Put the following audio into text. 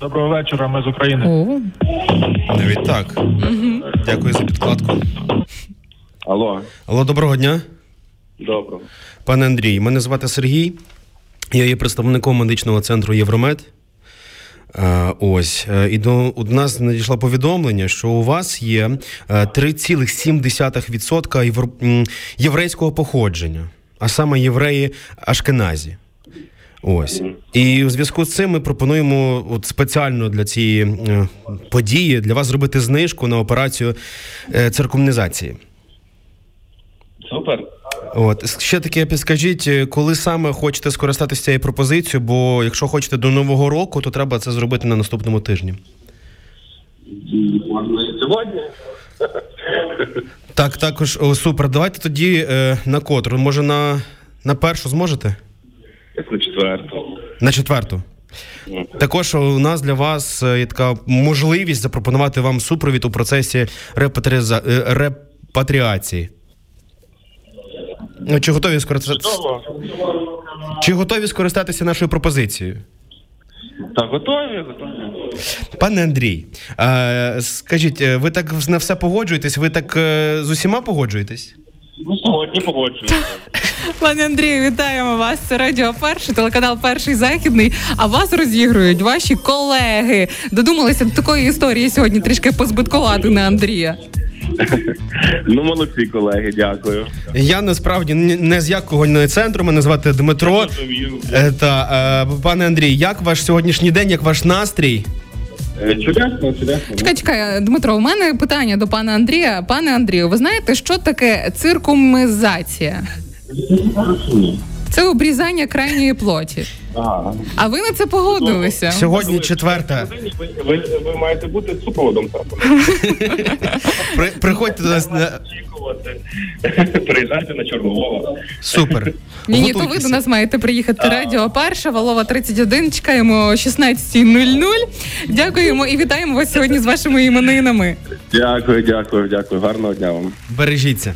Доброго вечора, ми з України. О, Навіть так. Дякую за підкладку. Алло, Алло, доброго дня, доброго. пане Андрій. Мене звати Сергій. Я є представником медичного центру Євромед. Е, Ось е, і до у нас надійшло повідомлення, що у вас є е, 3,7% євро- м, єврейського походження, а саме євреї Ашкеназі. Ось і у зв'язку з цим ми пропонуємо от спеціально для цієї е, події для вас зробити знижку на операцію е, циркумнізації. Супер. От с- ще таке підскажіть, е, коли саме хочете скористатися цією пропозицією? Бо якщо хочете до нового року, то треба це зробити на наступному тижні. Можна і сьогодні. Так, також о, супер. Давайте тоді е, на котру. Може, на, на першу зможете? На четвертому. На четверту. Також у нас для вас е, є така можливість запропонувати вам супровід у процесі репатриза... е, репатріації. Ну, Чи готові скористатися? Чи готові скористатися нашою пропозицією? Та готові, готові. Пане Андрій, е, скажіть, е, ви так на все погоджуєтесь? Ви так е, з усіма погоджуєтесь? Ну, сьогодні погоджуюся. пане Андрію, вітаємо вас. Це радіо перший, телеканал Перший Західний. А вас розігрують ваші колеги. Додумалися до такої історії сьогодні трішки позбиткувати на Андрія. Ну, молодці, колеги, дякую. Я насправді ні- не з якого не центру. Мене звати Дмитро. Е, Та е, пане Андрій, як ваш сьогоднішній день, як ваш настрій? Е, Чудесно, чудесно. Чекай, чекай, Дмитро, у мене питання до пана Андрія. Пане Андрію, ви знаєте, що таке циркумизація? Це обрізання крайньої плоті. Ага. А ви на це погодилися? Ну, Сьогодні четверта. Ви, ви, ви маєте бути з супроводом там. При, приходьте до нас на Очікувати. Приїжджайте на Чорнового. супер. Ні, ні, то ви до Готуйтеся. нас маєте приїхати. Радіо Перша, Валова 31, Чекаємо о 16.00. Дякуємо і вітаємо вас сьогодні з вашими іменинами. Дякую, дякую, дякую. Гарного дня вам. бережіться.